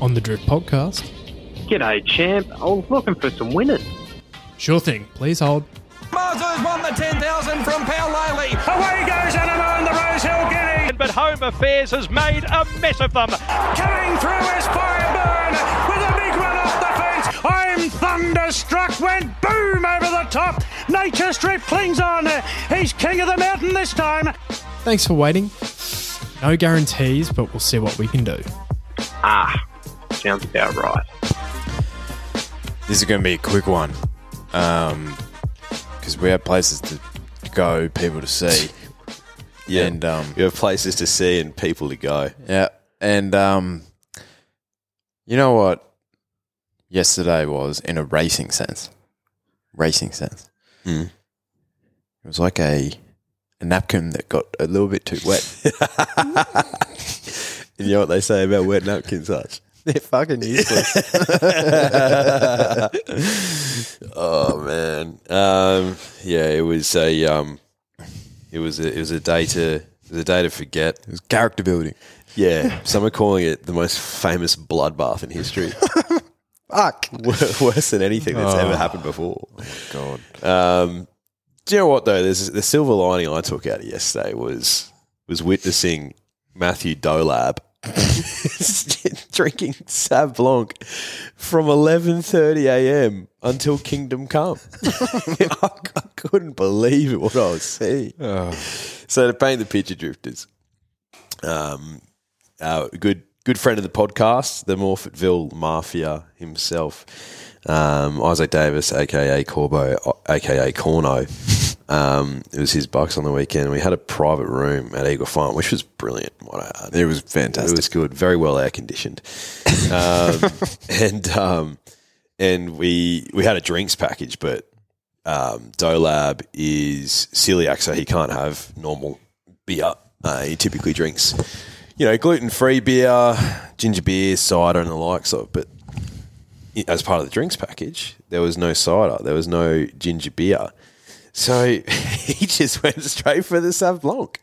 on the Drift Podcast. G'day, champ. I was looking for some winners. Sure thing. Please hold. Marzo's won the 10,000 from Pal Lely. Away goes Animo and the Rose Hill Guinea. But Home Affairs has made a mess of them. Coming through is Fireburn with a big run off the fence. I'm thunderstruck, went boom over the top. Nature Strip clings on. He's king of the mountain this time. Thanks for waiting. No guarantees, but we'll see what we can do. Ah, sounds about right. This is going to be a quick one. Um, because we have places to go, people to see, Yeah. and um, you have places to see and people to go. yeah, and um, you know what? Yesterday was in a racing sense, racing sense. Hmm. It was like a a napkin that got a little bit too wet. And you know what they say about wet napkins, Hutch? They're fucking useless. Oh man, um, yeah, it was a um, it was a, it was a day to it was a day to forget. it was character building. Yeah, some are calling it the most famous bloodbath in history. Fuck. Oh. Wor- Worse than anything that's ever happened before. God. Um, do you know what though? There's, the silver lining I took out of yesterday was was witnessing Matthew Dolab drinking Sauv Blanc from 11:30 a.m. until Kingdom Come. I, I couldn't believe it what I was seeing. So to paint the picture, drifters. Um, uh, good good friend of the podcast, the Morfettville Mafia himself, um, Isaac Davis, aka Corbo, uh, aka Corno. Um, it was his bucks on the weekend. We had a private room at Eagle Farm, which was brilliant. What I It was fantastic. It was good, very well air conditioned, um, and um, and we we had a drinks package, but um, Dolab is celiac, so he can't have normal beer. Uh, he typically drinks, you know, gluten free beer, ginger beer, cider, and the likes of. But i- as part of the drinks package, there was no cider, there was no ginger beer. So he just went straight for the Sav Blanc.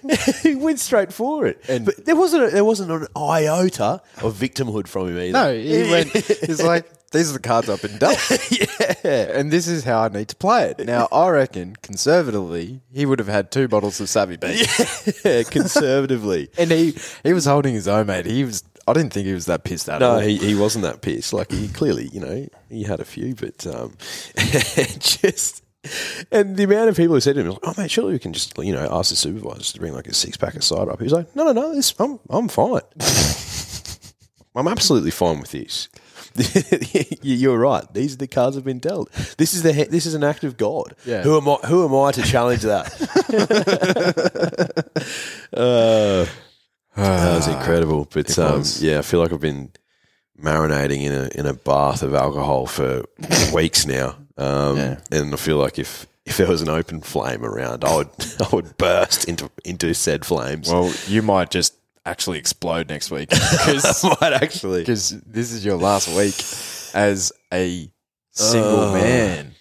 he went straight for it, but there wasn't a, there wasn't an iota of victimhood from him either. No, he went. He's like, these are the cards I've been dealt. yeah, and this is how I need to play it. Now, I reckon conservatively, he would have had two bottles of Savvy Bean, Yeah, conservatively. and he he was holding his own, mate. He was. I didn't think he was that pissed at No, all. he, he wasn't that pissed. Like he clearly, you know, he had a few, but um, just and the amount of people who said to him, like, "Oh mate, surely we can just you know ask the supervisors to bring like a six pack of cider up." He was like, "No, no, no, this I'm I'm fine. I'm absolutely fine with this." You- You're right. These are the cards have been dealt. This is the he- this is an act of God. Yeah. Who am I? Who am I to challenge that? Uh, that was incredible. But um, yeah, I feel like I've been marinating in a in a bath of alcohol for weeks now, um, Yeah. and I feel like if if there was an open flame around, I would I would burst into into said flames. Well, you might just actually explode next week because might actually. this is your last week as a single man.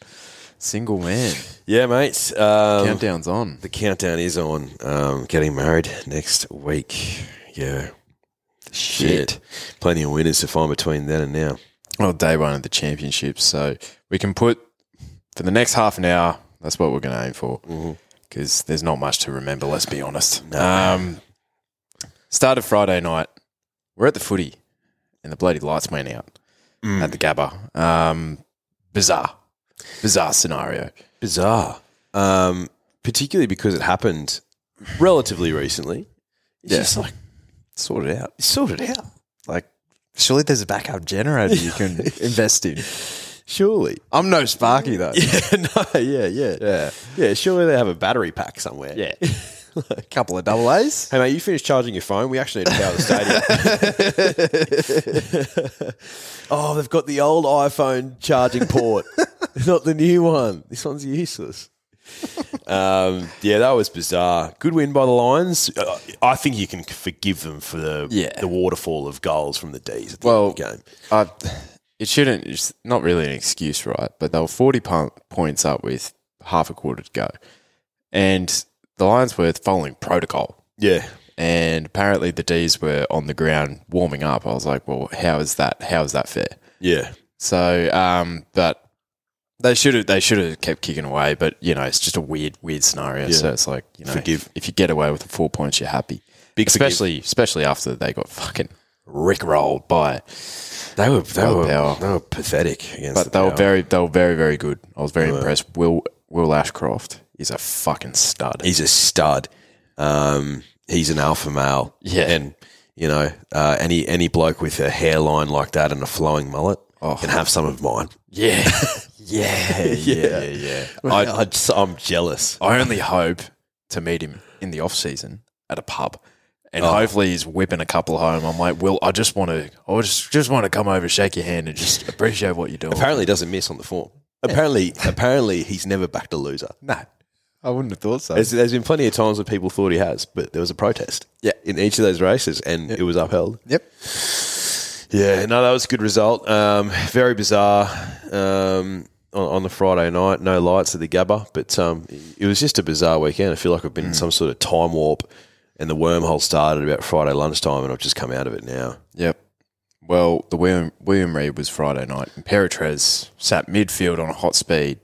Single man. Yeah, mate. Um, Countdown's on. The countdown is on. Um, getting married next week. Yeah. Shit. Plenty of winners to find between then and now. well, day one of the championships. So we can put for the next half an hour. That's what we're going to aim for because there's not much to remember. Let's be honest. Um, started Friday night. We're at the footy, and the bloody lights went out at the Gabba. Um, bizarre, bizarre scenario. bizarre, um, particularly because it happened relatively recently. It's Yeah. just like Sort it out. it's sorted out, Like, surely there's a backup generator you can invest in. surely. I'm no Sparky though. no, yeah, yeah, Yeah. yeah. Surely they have a battery pack somewhere. Yeah. a couple of double A's. Hey mate, you finished charging your phone. We actually need to power the stadium. oh, they've got the old iPhone charging port, not the new one. This one's useless. um, yeah, that was bizarre. Good win by the Lions. Uh, I think you can forgive them for the Yeah. the waterfall of goals from the D's at the Well, end of the game. I, it shouldn't. It's not really an excuse, right? But they were forty po- points up with half a quarter to go, and the Lions were following protocol, Yeah, and apparently the D's were on the ground warming up. I was like, well, how is that? How is that fair? Yeah. So, um, but they should have they should have kept kicking away. But you know, it's just a weird weird scenario. Yeah. So it's like you know, Forgive. if, if you get away with the four points, you're happy. Big especially especially after they got fucking rickrolled by. They were they Well, were, Oh, they are. they were pathetic against. the But they power. were very they were very very good. I was very impressed. Will Will Ashcroft is a fucking stud. He's a stud. Um, he's an alpha male. Yeah. and you know, uh, any any bloke with a hairline like that and a flowing mullet can have some of mine. yeah. Oh. yeah, yeah, yeah, yeah. I, I'd, I'm jealous. I only hope to meet him in the off season at a pub, and hopefully he's whipping a couple home. I'm like, Will, I just want to, I just just want to come over, shake your hand, and just appreciate what you're doing. Apparently, he doesn't miss on the form. Apparently, apparently, he's never backed a loser. no, I wouldn't have thought so. There's, there's been plenty of times where people thought he has, but there was a protest. Yeah. in each of those races, and it was upheld. Yep. Yeah, no, that was a good result. Um, very bizarre um, on, on the Friday night. No lights at the Gabba, but um, it was just a bizarre weekend. I feel like I've been in some sort of time warp, and the wormhole started about Friday lunchtime, and I've just come out of it now. Yep. Well, the William, William Reed was Friday night, and Peritrez sat midfield on a hot speed,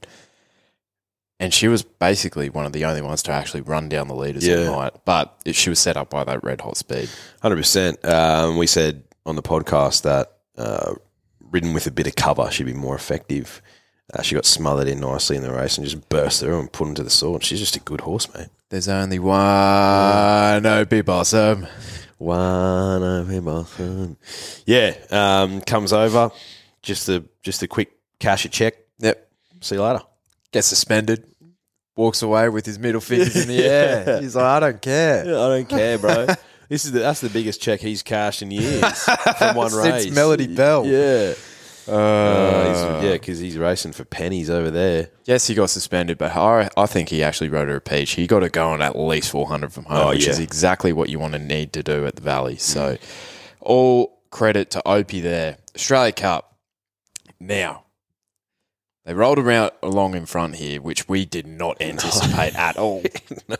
and she was basically one of the only ones to actually run down the leaders all Yeah. night. But it, she was set up by that red hot speed. Hundred percent. Um, we said on the podcast that uh, ridden with a bit of cover should be more effective. Uh, she got smothered in nicely in the race and just burst through and put into the sword. She's just a good horse, mate. There's only one OB boss. Um, One of him often. Yeah, um, comes over. Just a just a quick cash a check. yep. See you later. gets suspended, walks away with his middle fingers in the air. He's like, I don't care. Yeah, I don't care, bro. this is the, that's the biggest check he's cashed in years from one Since race. Melody Bell. Yeah. Uh, Uh, he's, yeah, because he's racing for pennies over there. Yes, he got suspended, but I, I think he actually rode a repeat. He got to go on at least 400 from home, Oh, which yeah. Mm. is exactly what you want to need to do at the Valley. So, all credit to Opie there. Australia Cup. Now, they rolled around along in front here, which we did not anticipate at all. no.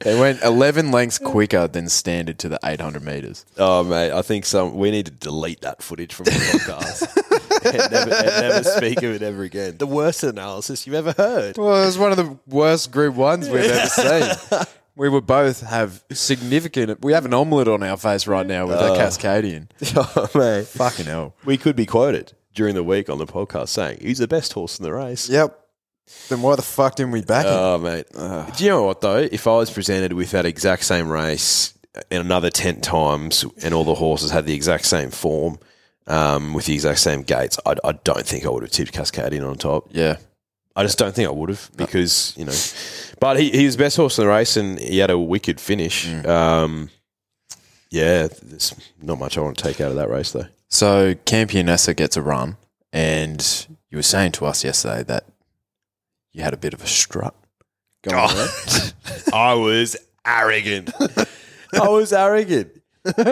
They went 11 lengths quicker than standard to the 800 meters. Oh mate, I think some we need to delete that footage from the podcast. and, never, and never speak of it ever again. The worst analysis you've ever heard. Well, it was one of the worst group ones we've ever seen. We were both have significant. We have an omelette on our face right now with that Cascadian. Oh, mate. Fucking hell. We could be quoted during the week on the podcast saying he's the best horse in the race. Yep. Then why the fuck didn't we back Oh mate. Do you know what though? If I was presented with that exact same race in another ten times and all the horses had the exact same form, um, with the exact same gates, I, I don't think I would have tipped Cascadian on top. Yeah. I just don't think I would have because you know, but he, he was best horse in the race and he had a wicked finish. Um, yeah, there's not much I want to take out of that race though. So Campionessa gets a run, and you were saying to us yesterday that you had a bit of a strut. Going Oh. I was arrogant. I was arrogant.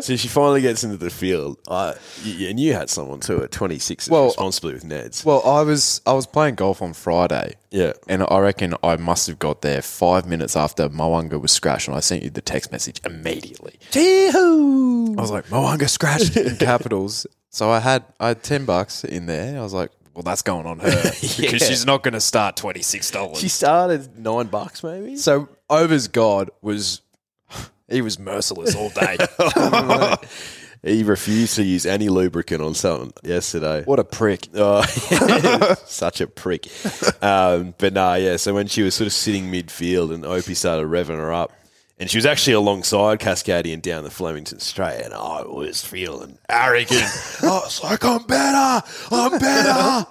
so she finally gets into the field. I y- and you had someone too at 26 Well, responsibly with Neds. Well, I was I was playing golf on Friday, yeah, and I reckon I must have got there five minutes after Moanga was scratched, and I sent you the text message immediately. Oh, I was like, Moanga scratched in capitals. So I had I had ten bucks in there. I was like, well, that's going on her because she's not going to start twenty six dollars. she started nine bucks maybe. So Over's God was he was merciless all day. He refused to use any lubricant on something yesterday. what a prick. Oh, such a prick. Um, but nah, yeah. So when she was sort of sitting midfield and Opie started revving her up, and she was actually alongside Cascadian down the Flemington Straight, and I was feeling arrogant. I was like, I'm better. I'm better.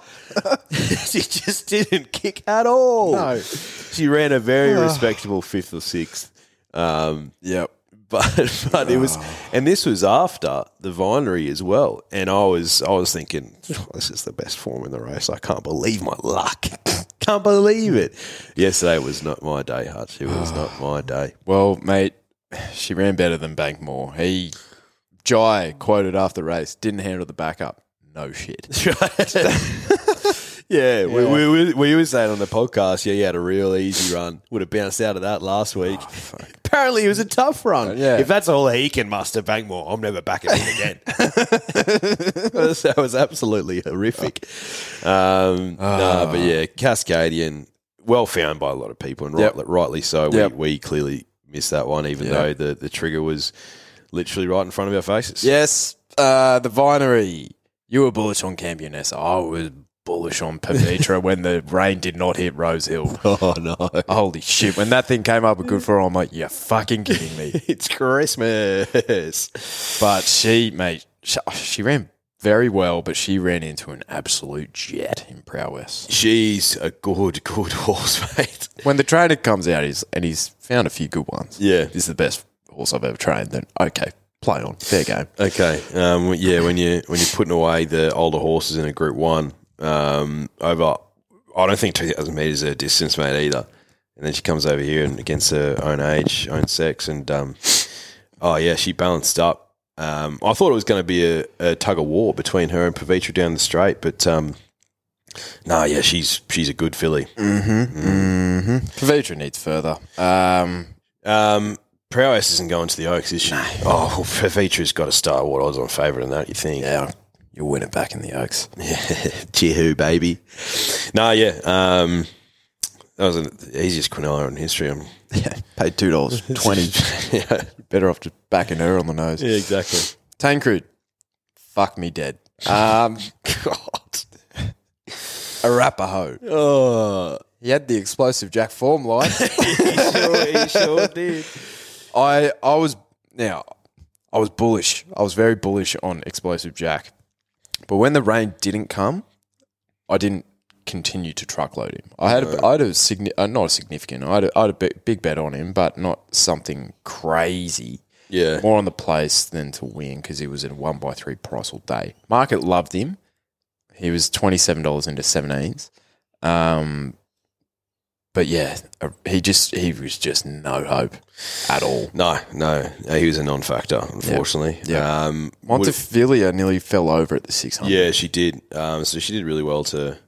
she just didn't kick at all. No. Ah. She ran a very respectable fifth or sixth. Um, Yep. Ah. but but it was, and this was after the Vinery as well. And I was I was thinking, this is the best form in the race. I can't believe my luck. can't believe it. Yesterday was not my day, Hutch. It was not my day. Well, mate, she ran better than Bankmore. He Jai quoted after the race, didn't handle the backup. No shit. Yeah, We, we, we, we were saying on the podcast, yeah, he had a real easy run. Would have bounced out of that last week. Apparently, it was a tough run. Oh, Yeah. If that's all he can muster, Bangmore, I'm never backing him again. that was absolutely horrific. Um, nah, Ah. but yeah, Cascadian, well found by a lot of people, and Yep. rightly, rightly so. Yep. We, we clearly missed that one, even Yeah. though the, the trigger was literally right in front of our faces. Yes, uh, the Vinery. You were bullish on Cambionessa. I was bullish on Pavitra when the rain did not hit Rose Hill. Oh, no. Holy shit! When that thing came up a good for, her, I'm like, you're fucking kidding me. It's Christmas. But she, mate, she, oh, she ran very well, but she ran into an absolute jet in prowess. She's a good, good horse, mate. When the trainer comes out, he's and he's found a few good ones. Yeah. this is the best horse I've ever trained. Then okay, play on, fair game. Okay. Um, yeah, when you when you're putting away the older horses in a Group One um, over, I don't think 2,000 meters is a distance, mate, either. And then she comes over here and against her own age, own sex, and um, oh yeah, she balanced up. Um, I thought it was going to be a, a tug of war between her and Pavitra down the straight, but um, no, yeah, she's she's a good filly. Pavitra needs further. Um, Um, Prowess isn't going to the Oaks, is she? Oh, well, Pavitra's got a star award odds on favourite in that, you think? yeah, you'll win it back in the Oaks. Cheer baby. No, yeah. Um, that was the easiest quinella in history. I'm Paid two dollars twenty. yeah, Better off just backing her on the nose. exactly. Tancred, fuck me dead. Um, God. Arapaho. Oh, He had the explosive Jack form line. sure, he sure did. I I was now I was bullish. I was very bullish on Explosive Jack. But when the rain didn't come, I didn't continue to truckload him. I had a, I had a signi- uh, not a significant. I had a, I had a bi- big bet on him, but not something crazy. Yeah. More on the place than to win because he was at a one by three price all day. Market loved him. He was twenty seven dollars into seventeens. Um, but yeah, uh, he just he was just no hope at all. No, no, he was a non-factor, unfortunately. Yeah. Um, would- Montefilia nearly fell over at the 600. Yeah, she did. Um, so she did really well to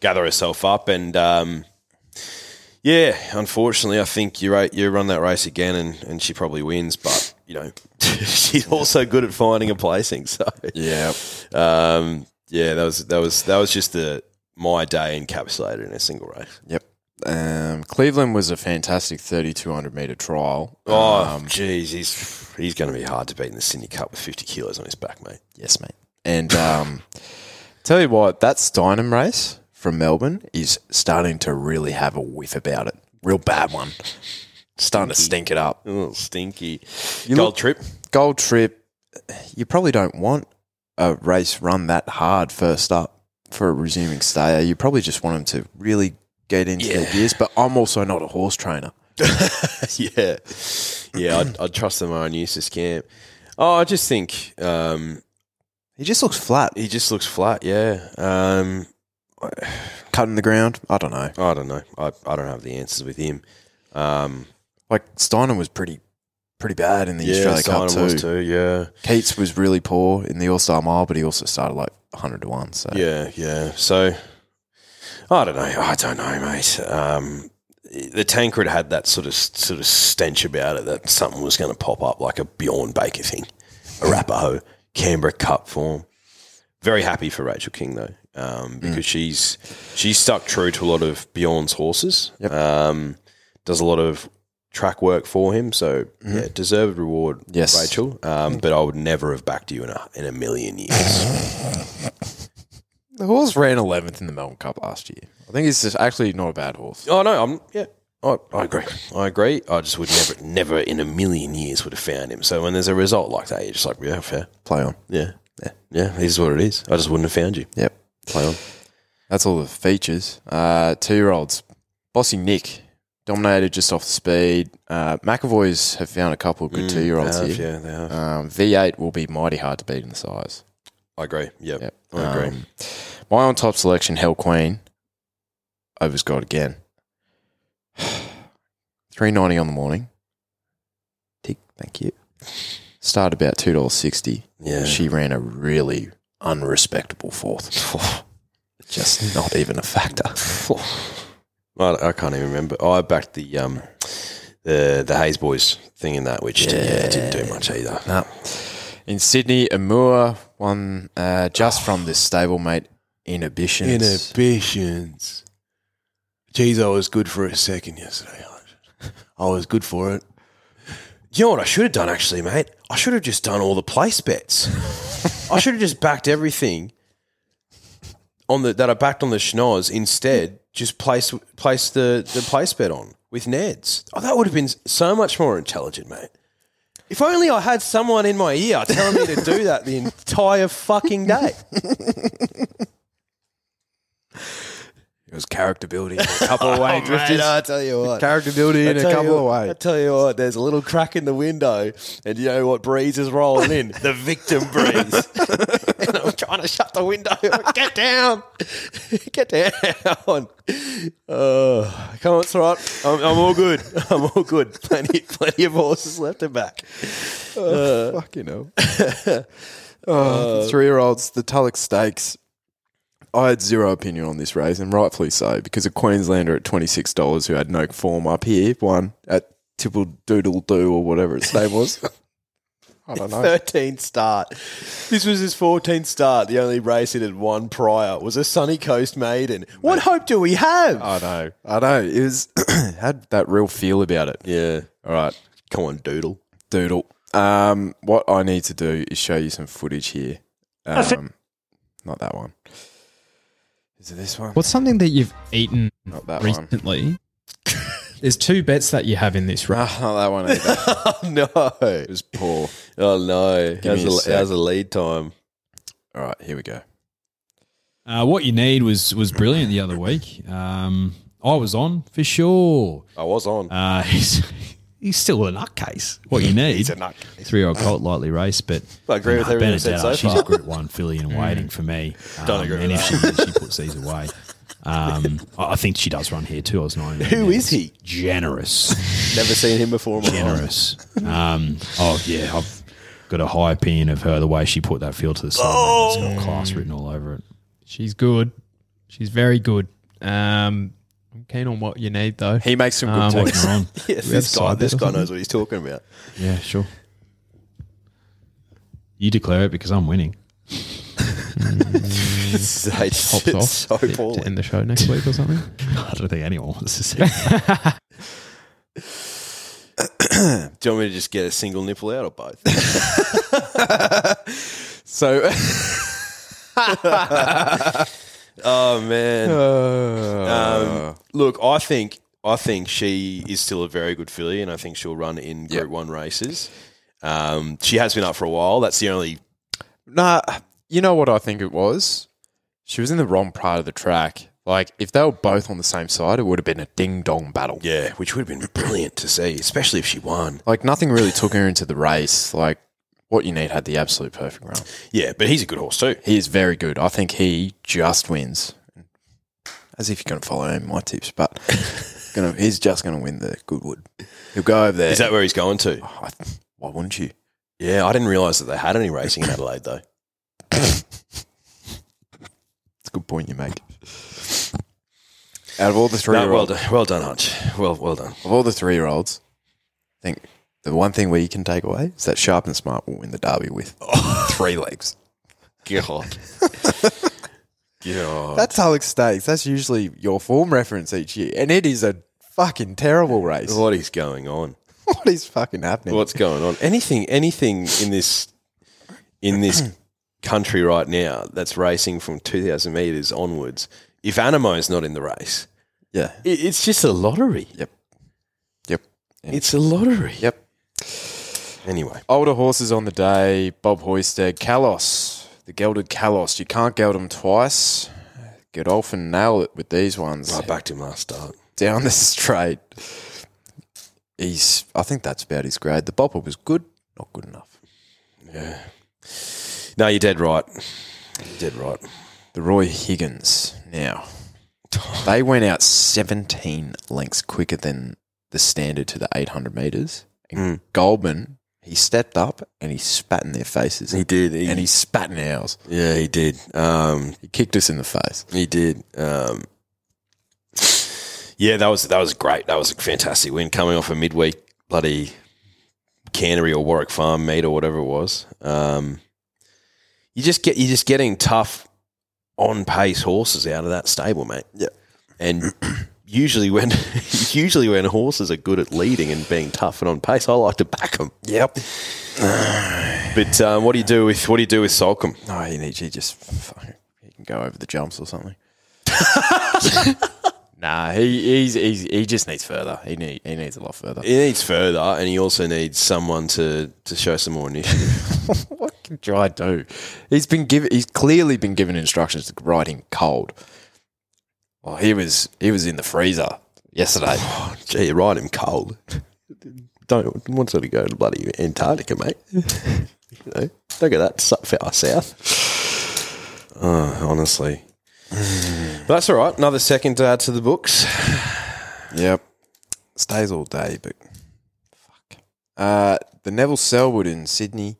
gather herself up, and um, yeah, unfortunately, I think you ra- you run that race again, and, and she probably wins. But you know, she's also good at finding a placing. So Yeah. um, yeah, that was that was that was just the my day encapsulated in a single race. Yep. Um, Cleveland was a fantastic 3,200 meter trial. Oh, Um, jeez, he's he's going to be hard to beat in the Sydney Cup with fifty kilos on his back, mate. yes, mate. And um, tell you what, that Steinem race from Melbourne is starting to really have a whiff about it. Real bad one. Starting to stink it up. Oh, stinky. You Gold look- trip. Gold trip, you probably don't want a race run that hard first up for a resuming stayer. You probably just want them to really get into their gears. But I'm also not a horse trainer. yeah, yeah. I'd, I'd trust them on Eustace Camp. Oh, I just think um, He just looks flat. he just looks flat. Yeah. Um, cutting the ground. I don't know. I don't know. I, I don't have the answers with him. Um, Like Steiner was pretty, pretty bad in the yeah, Australia Cup Simon too. was too. Yeah, Keats was really poor in the All Star Mile, but he also started like hundred to one. So yeah, yeah. So I don't know. I don't know, mate. Um, the Tancred had that sort of sort of stench about it that something was going to pop up like a Bjorn Baker thing, Arapaho, Canberra Cup form. Very happy for Rachel King though, um, Mm. because she's she's stuck true to a lot of Bjorn's horses. Yep. Um, does a lot of track work for him, so yeah, deserved reward. Mm-hmm. Yes. Mm. Rachel. Um, but I would never have backed you in a in a million years. the horse ran eleventh in the Melbourne Cup last year. I think he's just actually not a bad horse. Oh no, I'm yeah. I, I agree. I agree. I just would never, never in a million years would have found him. So when there's a result like that, you're just like, yeah, fair, Play on. yeah, yeah, yeah. This is what it is. I just wouldn't have found you. Yep. Play on. That's all the features. Uh, Two year olds. Bossy Nick dominated just off the speed. Uh, McAvoy's have found a couple of good two year olds Mm, They have, here. Uh, yeah, they have. Um, V8 will be mighty hard to beat in the size. I agree. Yeah, Yep. I agree. Um, my on top selection, Hell Queen, overs God again. 390 on the morning. Tick, thank you. Started about $2.60. Yeah. She ran a really unrespectable fourth. Just not even a factor. I, I can't even remember. I backed the um, the the Hayes boys thing in that, which didn't, yeah, didn't do much either. No. In Sydney, Amur won uh, just from this stablemate inhibitions. Inhibitions. Geez, I was good for a second yesterday. I was good for it. You know what I should have done actually, mate? I should have just done all the place bets. I should have just backed everything on the that I backed on the schnoz instead. Just place place the the place bet on with Neds. Oh, that would have been so much more intelligent, mate. If only I had someone in my ear telling me to do that the entire fucking day. It was character building. in A couple away drifters. Oh, I tell you what, character building in a tell couple you, away. I tell you what, there's a little crack in the window, and you know what breeze is rolling in? the victim breeze. and I'm trying to shut the window. Get down. Get down. Oh, come on, it's all right. I'm, I'm all good. I'm all good. Plenty, plenty of horses left and back. Fucking hell. oh, three year olds, the Tullock Stakes. I had zero opinion on this race, and rightfully so, because a Queenslander at $26 who had no form up here won at Tipple Doodle Doo or whatever its name was. I don't know. 13th start. This was his 14th start. The only race it had won prior was a Sunny Coast Maiden. What hope do we have? I know. I know. It was had that real feel about it. yeah. All right. Come on, Doodle. Doodle. Um, what I need to do is show you some footage here. Um, not that one. Is it this one? What's something that you've eaten Not that one. recently? There's two bets that you have in this round. Ah, not that one either. No. it was poor. Oh, no. me a How's the, sec. how's the lead time? All right, here we go. Uh, what you need was was brilliant the other week. Um, I was on for sure. I was on. Um, Uh, he's he's still a nutcase. What you need, he's a nutcase. Three year old colt lightly race, but I agree with everything Benedetta, you've said so she's far. a Group One filly and waiting for me. Um, Don't agree And with if she, she puts these away, um, I I think she does run here too. I was nine. Who is he? Generous Never seen him before. in my life. generous. Um, oh yeah, I've got a high opinion of her. The way she put that field to the side, man, it's got Oh. class written all over it. She's good. She's very good. Um, I'm keen on what you need though. He makes some good Um, takes. Taking her on. Yes, we have this guy, side this bet or something? guy knows what he's talking about. Yeah, sure. You declare it because I'm winning. This is it's Pops it's off so to- to poorly. end the show next week or something. I don't think anyone wants to see. that. Do you want me to just get a single nipple out or both? So oh, man. Uh, Um, look, I think I think she is still a very good filly, and I think she'll run in Group One races. Um, she has been up for a while. That's the only nah, you know what I think it was? She was in the wrong part of the track. Like if they were both on the same side, it would have been a ding dong battle. yeah, which would have been brilliant to see, especially if she won. Like nothing really took her into the race. Like what you need had the absolute perfect run. Yeah, but he's a good horse too. He is very good. I think he just wins. As if you're going to follow him, my tips, but gonna, he's just going to win the Goodwood. He'll go over there. Is that where he's going to? Oh, I- why wouldn't you? Yeah, I didn't realise that they had any racing in Adelaide though. It's a good point you make. Out of all the three, No, year well olds, done, well done, Hunch. Well, well done. of all the three year olds, I think the one thing we can take away is that Sharp and Smart will win the derby with three legs. God. God. That's Alex Stakes. That's usually your form reference each year, and it is a fucking terrible race. What is going on? What is fucking happening? What's going on? Anything, anything in this in this country right now that's racing from two thousand meters onwards. If Animo's not in the race, yeah. i- it's just a lottery. Yep. Yep. It's a lottery. Yep. Anyway, Older horses on the day. Bob Hoisted, Kalos, the gelded Kalos. You can't geld them twice. Godolphin nailed it with these ones. I backed him last start. Down the straight. He's. I think that's about his grade. The bopper was good, not good enough. No, you're dead right. You're dead right. The Roy Higgins. Now, they went out Hmm. 17 lengths quicker than the standard to the 800 meters. And Goldman He stepped up and he spat in their faces. He did. He, and he spat in ours. yeah, he did. Um, He kicked us in the face. he did. Um, Yeah, that was that was great. That was a fantastic win coming off a midweek bloody Canterbury or Warwick Farm meet or whatever it was. Um, you just get you're just getting tough on pace horses out of that stable, mate. Yeah. And usually when usually when horses are good at leading and being tough and on pace, I like to back them. yep. But um, what do you do with what do you do with Solcombe? No, Oh, he, needs- he just fucking, he can go over the jumps or something. nah, he he's, he's he just needs further. He need, he needs a lot further. He needs further, and he also needs someone to to show some more initiative. what can Dry do? He's been given. He's clearly been given instructions to ride him cold. Well, he was he was in the freezer yesterday. Gee, you ride him cold. Don't want her to go to bloody Antarctica, mate. you know, Eh? don't go that su- far south. Oh, honestly. But that's all right. Another second to add to the books. Yep. Stays all day, but fuck. Uh, the Neville Selwood in Sydney.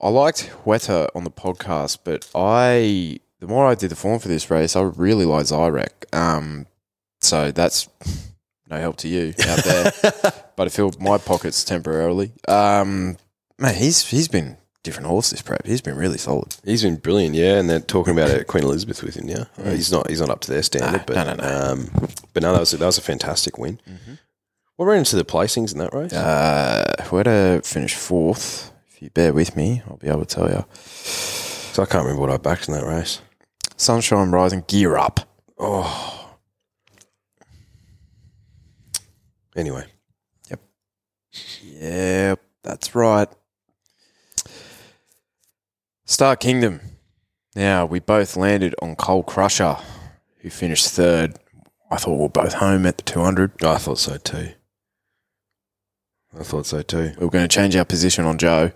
I liked Weta on the podcast, but I the more I did the form for this race, I really liked Zyrek. Um, so that's no help to you out there. but it filled my pockets temporarily. Um, man, he's he's been different horse this prep. He's been really solid. He's been brilliant, yeah. And they're talking about it, Queen Elizabeth with him now. Uh, He's not. He's not up to their standard, but Mm. no, no, no. Mm-hmm. Um, but no, that was a, that was a fantastic win. What ran into the placings in that race? Uh, Weta finished fourth. If you bear with me, I'll be able to tell you. 'Cause I can't remember what I backed in that race. Sunshine Rising, gear up. Anyway, Yep, that's right. Star Kingdom. Now, we both landed on Cole Crusher, who finished third. I thought we were both home at the 200. I thought so too. I thought so too. We were going to change our position on Joe.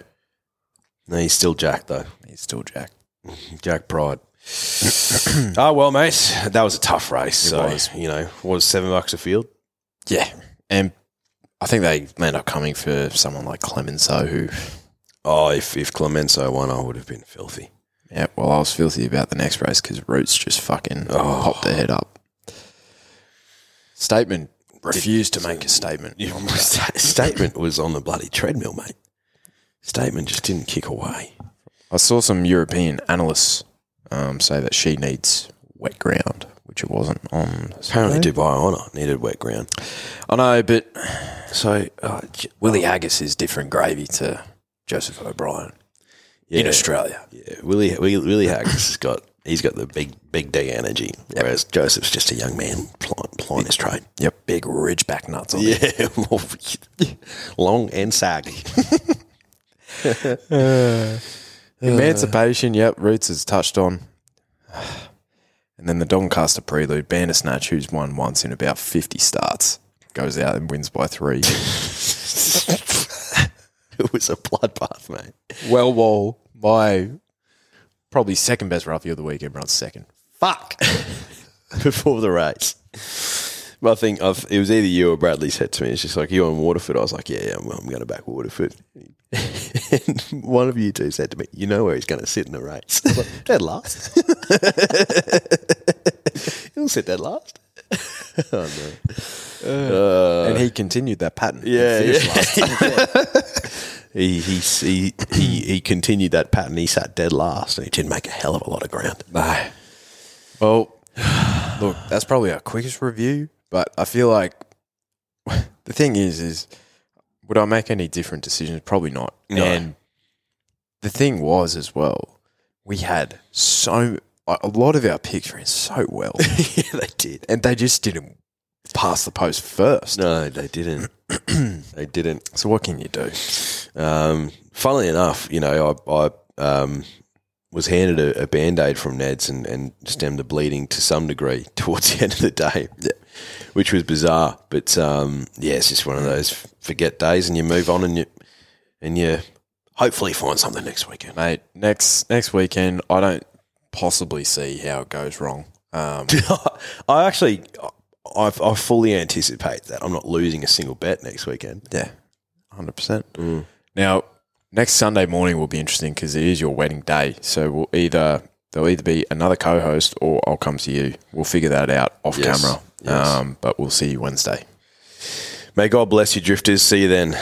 No, he's still Jack though. He's still Jack. Jack Pride. oh well, mate, that was a tough race. It so was. you know, was seven bucks a field. Yeah. And I think they land up coming for someone like Clemenceau, who, Oh, if if Clemenceau won, I would have been filthy. yeah, well, I was filthy about the next race because Roots just fucking popped their head up. Statement. Refused to make a statement. Sta- Statement was on the bloody treadmill, mate. Statement just didn't kick away. I saw some European analysts um, say that she needs wet ground, which it wasn't on. Apparently, Dubai Honor needed wet ground. I know, but so uh, J- Willie Haggis is different gravy to Joseph O'Brien in Yeah. Australia. Yeah, Willie Willie, Willie Haggis has got he's got the big big D energy, whereas Joseph's just a young man plying, plying his trade. Yep, big ridgeback nuts on yeah. Yeah, well, long and saggy. Emancipation. Yep, Roots has touched on. And then the Doncaster Prelude, Bandersnatch, who's won once in about 50 starts, goes out and wins by three. It was a bloodbath, mate. well, well, my probably second best roughie of the week. Everyone's second. fuck before the race. But I think I've, it was either you or Bradley said to me, it's just like, you on Waterford? I was like, yeah, yeah I'm, I'm going to back Waterford. and one of you two said to me, you know where he's going to sit in the race. I was like, dead last. He'll sit dead last. oh, no. Uh, and he continued that pattern. yeah, He finished yeah. last. he, he, he, he, he continued that pattern. He sat dead last and he didn't make a hell of a lot of ground. No. Well, look, that's probably our quickest review, but I feel like the thing is, is would I make any different decisions? Probably not. No. And the thing was as well, we had so a a lot of our picks ran so well, yeah, they did. and they just didn't pass the post first. No, they didn't. they didn't. So what can you do? Um, funnily enough, you know, I, I um, was handed a, a band aid from Ned's and, and stemmed the bleeding to some degree towards the end of the day, which was bizarre. But um, yeah, it's just one of those forget days, and you move on, and you and you hopefully find something next weekend. Mate, next next weekend, I don't possibly see how it goes wrong. Um, I actually, I, I fully anticipate that I'm not losing a single bet next weekend. yeah. hundred percent. Now, next Sunday morning will be interesting because it is your wedding day. So we'll either there'll either be another co-host or I'll come to you. We'll figure that out off Yes. camera. Yes. Um, but we'll see you Wednesday. May God bless you, drifters. See you then.